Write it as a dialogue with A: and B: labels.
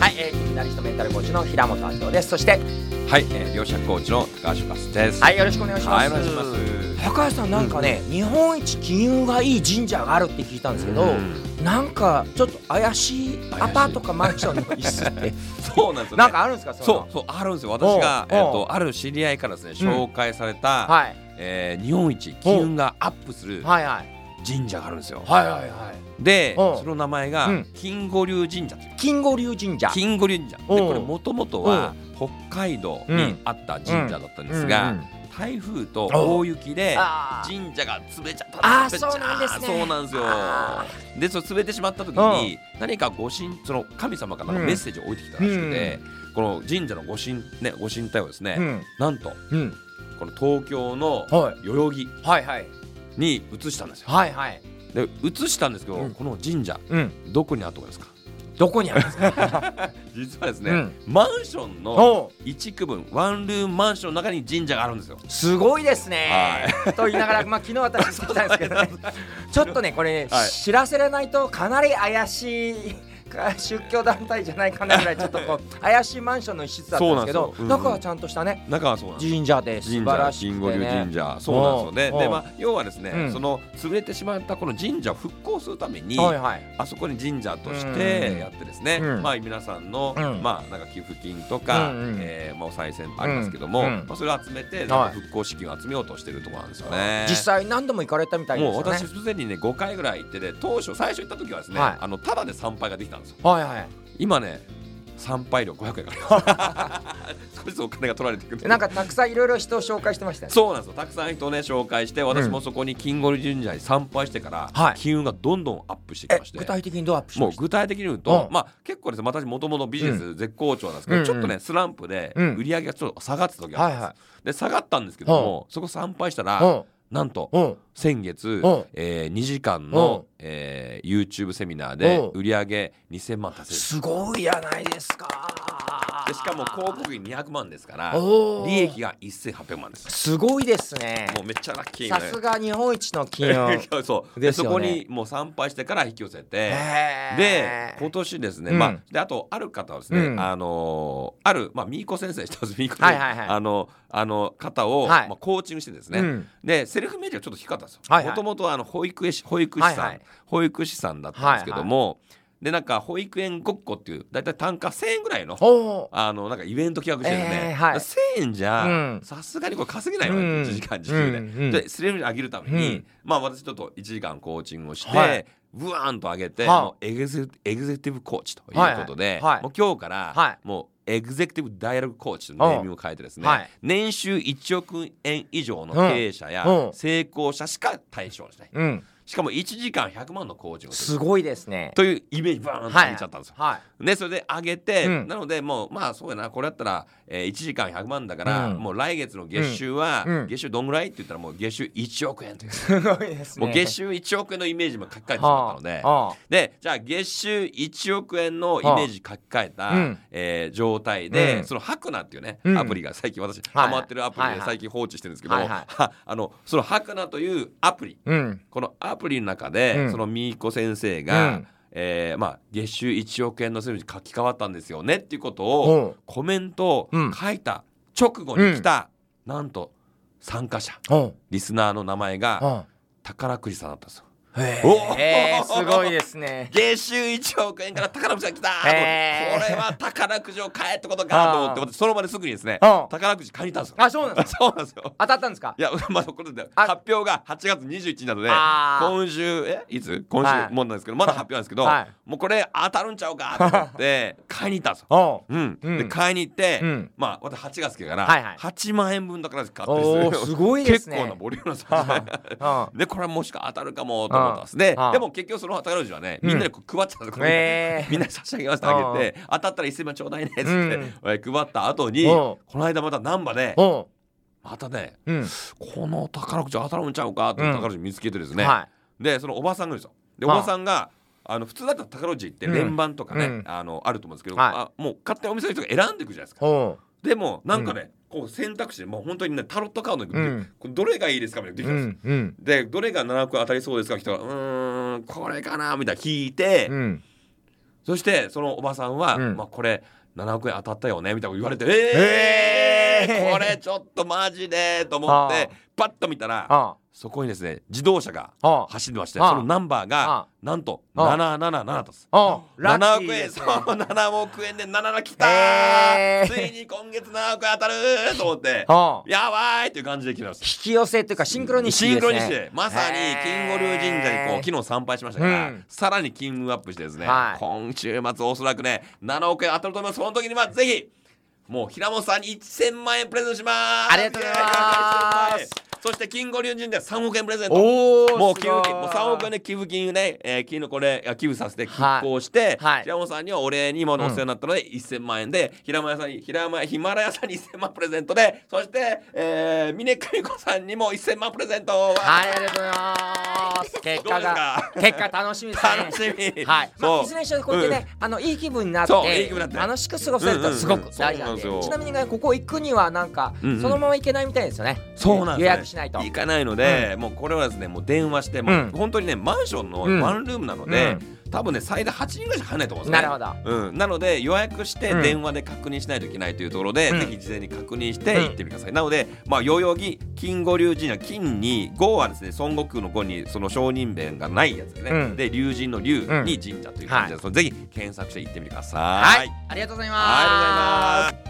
A: はい、えー、気になる人メンタルコーチの平本明夫です。そして、
B: はい、えー、両者コーチの高橋勝です。
A: はい、よろしくお願いします。
B: はいお願いします
A: 高橋さん、なんかね、日本一金運がいい神社があるって聞いたんですけど、なんかちょっと怪しいアパートかマンションの椅子 って、
B: そうなんですよ、ね。
A: なんかあるんですか、そんな
B: そうそうあるんですよ。私が
A: お
B: え
A: う
B: っ、
A: おう
B: とある知り合いからですね
A: うん
B: 紹介された、
A: はい、
B: えー日本一金運がアップする
A: はいはい、
B: 神社があるんですよ。
A: はいはいはい。
B: で
A: おう
B: その名前
A: う
B: が
A: ん
B: 金五流神社という。
A: 金剛流神社。
B: 金五流神社で
A: おう
B: これもともとは北海道にあった神社だったんです
A: うんう
B: が
A: ん
B: 台風と大雪で
A: あー
B: 神社が潰れちゃった
A: あー
B: 潰れちゃ
A: そうなんですね
B: そうなんですよ
A: あ
B: でその潰れてしまった時に何かご神その神様からなん
A: う
B: か
A: ん
B: メッセージを置いてきたらしくて、この神社のご神ねご神体をですね、
A: うん、
B: なんと
A: うん、
B: この東京の
A: はい
B: 代々木
A: はいはい、
B: に移したんですよ
A: はいはい、
B: で移したんですけど、
A: うん
B: この神社
A: うん、
B: どこにあったと思いますか
A: どこにあるんです か。
B: 実はですね、
A: うん
B: マンションの
A: おう
B: 一区分ワンルームマンションの中に神社があるんですよ
A: すごいですね。と言いながら、まあ、昨日私聞いたんですけ ど、ね、ちょっとね、これ、ね
B: はい
A: 知らせれないと、かなり怪しい。か宗教団体じゃないかなぐらいちょっとこ う怪しいマンションの一室だったんですけど
B: そうなんですようんうん
A: 中はちゃんとしたね
B: 中はそうなんです
A: 神社で素
B: 神
A: 晴ら
B: 社
A: し
B: 金
A: く
B: 五
A: て
B: 流神
A: ね
B: 社そうなんですよ
A: おう
B: ねで
A: おう
B: まあ要はですね、
A: うん
B: その潰れてしまったこの神社を復興するために、
A: はいはい
B: あそこに神社とし
A: うん
B: てやってですね、
A: うん
B: まあ皆さんの、
A: うん
B: まあなんか寄付金とか、
A: うんうん
B: えーまあお賽銭ありますけど
A: う
B: も、
A: んうん
B: まあそれを集めてなんか復興資金を集めようとしてるところなんですよね。
A: 実際何度も行かれたみたいです
B: もう
A: よね
B: 私すでにね5回ぐらい行ってて当初最初行った時はですね、
A: はい
B: あのただで参拝ができたんですよ
A: はいはい
B: 今ね参拝料500円かかります 少しずつお金が取られていくんで
A: なんかたくさんいろいろ人を紹介してましたよね
B: そうなんですよたくさん人をね紹介して私もそこに金剛神社に参拝してから、
A: はい
B: 金運がどんどんアップしてき
A: え
B: まして
A: 具体的にどうアップし
B: も
A: ま
B: う
A: した
B: 具体的に言うと、
A: うん
B: まあ結構ですね私もともとビジネス絶好調なんですけど、
A: うん
B: ちょっとねスランプで
A: うん
B: 売り上げがちょっと下がってた時があったんです、
A: はいは
B: で下がったんですけども、そこ参拝したら、なんと、
A: うんうん
B: 先月、
A: うん
B: えー、2時間
A: うん
B: の、えー、YouTube セミナーで
A: うん
B: 売り上げ2000万達成です
A: すごいじゃないですか
B: でしかも広告費200万ですから
A: おー
B: 利益が1800万です
A: すごいですね
B: もうめっちゃラッキー
A: さ
B: ね
A: すが日本一の金 運
B: そうで、
A: です
B: そ
A: よね
B: こにもう参拝してから引き寄せて、
A: へー
B: で今年ですね、
A: うん
B: まあであとある方はですね、
A: うん
B: あのーあるまあミーコ先生一つミーコ先生、
A: はいはいはい
B: あのあの方を、
A: はい
B: まあコーチングしてですね、
A: うん
B: でセルフイメージがちょっと低かったんですよ。
A: はいはい
B: もともとあの保育士保育士さん、
A: はいはい
B: 保育士さんだったんですけども、でなんか保育園ごっこっていうだいたい単価1000円ぐらいの。
A: おー
B: あのなんかイベント企画してるんで、
A: えーはい
B: 1000円じ
A: う
B: ゃ
A: ん
B: さすがにこれ稼げないわね、
A: うん
B: 1時間自給で、
A: うんうん
B: でスレムに上げるために、
A: うん
B: まあ私ちょっと1時間コーチングをして、
A: はい
B: ブワーンと上げて、
A: はい
B: もうエグゼエグゼクティブコーチという
A: はい
B: ことで、
A: はいはい
B: もう今日から、
A: はい
B: もうエグゼクティブダイアログコーチというネーミングを変えてですね、
A: はい
B: 年収1億円以上の経営者や
A: うんうん
B: 成功者しか対象にしない
A: うん
B: しかも1時間100万のコーチングをす
A: す
B: る
A: ごいですね
B: というイメージバーンと上げちゃったんですよ。
A: はい
B: でそれで上げて、
A: うん
B: なのでもうまあそうやなこれだったら、えー、1時間100万だから、
A: うん
B: もう来月の月収は、
A: うんうん
B: 月収どんぐらいって言ったらもう月収1億円という、
A: すごいですね
B: もう月収1億円のイメージも書き換えてしまったので、
A: あ
B: でじゃあ月収1億円のイメージ書き換えた、
A: はあうん
B: えー状態で、
A: うん
B: そのハクナっていうね、
A: うん
B: アプリが最近私
A: はい
B: ハマってるアプリ
A: はい
B: で
A: はい
B: 最近放置してるんですけど、
A: はいはい
B: はあのそのハクナというアプリ
A: あうん
B: このアプリの中で、
A: うん
B: そのみーこ先生が、
A: うん
B: えーまあ、月収1億円の数字に書き換わったんですよねっていうこと
A: お
B: を
A: う
B: コメントを
A: うん
B: 書いた直後に来た、なんと参加者
A: おう
B: リスナーの名前が
A: おう
B: 宝くじさんだったんですよ。
A: へ
B: お
A: えすごいです ね
B: 月収1億円から宝くじが来た、
A: へー
B: これは宝くじを買えってことかと思って
A: あー
B: 私その場ですぐにですね
A: うん
B: 宝くじ買いに行ったんですよ。
A: あそうなんですか
B: そうなんですよ。
A: 当たったんですか
B: いや、まあ、これで
A: あ
B: 発表が8月21日なので、
A: あー
B: 今週、え、いつ今週、
A: はい
B: もうなんですけど、まだ発表なんですけど、
A: はい
B: もうこれ当たるんちゃうかと思って、買いに行ったんですよ。
A: おう
B: うん、
A: うん
B: で買いに行って、
A: うん
B: まあ私8月だか
A: はいはい
B: ら8万円分だから買って
A: おーすごいですね
B: 結構なボリュームなんですよ
A: うん
B: でこれはもしか当たるかもと思ったんですで
A: ああ
B: でも結局その宝くじはねみんなでこう配っちゃったんですよ、
A: えー
B: みんなに差し上げますってあげて当たったら1000万ちょうだいねっつって、え配った後に
A: お
B: この間また難波 で
A: お
B: またね
A: ううん
B: この宝くじ当たるんちゃうかと
A: うん
B: 宝くじ見つけてですね、
A: は
B: でそのおばさんがですよでお
A: はあ
B: ばさんがあの普通だったら宝くじって
A: うん
B: 連番とかね、
A: うん
B: あのあると思うんですけど、
A: はい
B: あもう勝手にお店の人が選んでいくじゃないです
A: い
B: か
A: おう
B: でもなんかね、こう選択肢でもう本当にねタロットカードで、
A: うん
B: これどれがいいですかみたいなので
A: う
B: きたんですよ、
A: んうん
B: でどれが7億当たりそうですかって言ったらうーんこれかなみたいな聞いて、
A: うん
B: そしてそのおばさんは、
A: うん
B: まあ、これ7億円当たったよねみたいなこと言われて、
A: え
B: え
A: ー
B: ーこれちょっとマジでと思っ
A: ああ
B: てパッと見たら
A: あ
B: そこにですね自動車が
A: あああ
B: 走ってまして
A: ああ
B: そのナンバー
A: ああ
B: がなんと
A: ああ
B: 777と
A: あラ
B: 7
A: ッキー
B: 億円
A: です
B: そ
A: ね
B: う7億円で77来た
A: へー
B: ついに今月7億円当たると思って
A: ああ引
B: やばいっていう感じで来てました
A: き寄せというかシンクロニシティ
B: シン
A: で
B: クロ
A: す
B: ニシ
A: ね
B: ティまさに金剛流神社にこ
A: へー
B: う昨日参拝しましたから、
A: うん
B: さらに金運アップしてですね、
A: はい
B: 今週末おそらくね7億円当たると思いますその時にまあぜひもう平本さんに1000万円プレゼントします
A: ありがとうございます
B: イエーイ1000万円そして金剛流神社3億円プレゼント
A: おお
B: もう寄付金もう3億円で寄付金ね、えー、金のこれあ寄付させて
A: はい
B: 拮抗して、
A: はい
B: 平本さんにはお礼にもお世話になったので、1000万円で平間屋さんに平間ヒマラヤさんに1000万プレゼントでそして、えー、峰久美子さんにも1000万プレゼント
A: はいありがとうございます結果が
B: どうで
A: 結果楽しみですね
B: 楽しみ、
A: はい、ま
B: そ
A: あ、
B: う
A: いずれにしろこうやってね、あのいい気分になって
B: そういい気分になって
A: 楽しく過ごせるってのはすご
B: うんうんう
A: く
B: ん
A: 大事なんで,、
B: そうなんです
A: ち
B: よ
A: なみにねここ行くにはなんか、
B: うんうん
A: そのまま行けないみたいですよね
B: そうなんです、ね、
A: 予約しないと
B: 行かないので、もうこれはですねもう電話してもう、
A: うん
B: 本当にねマンションの
A: うん
B: ワンルームなので、多分ね最大8人ぐらいしか入らないと思うんです
A: な
B: ね
A: るほど
B: うん、なので予約して
A: うん
B: 電話で確認しないといけないというところで、
A: うん
B: ぜひ事前に確認して行ってみてください、なので、まあ、代々木金五龍神社金に五はですね孫悟空の五にその承認弁がないやつですね、
A: うん
B: で龍神の龍に
A: うん
B: 神社という感じで、そのぜひ検索して行ってみてください。
A: はい、ありがとうございます
B: ありがとうございます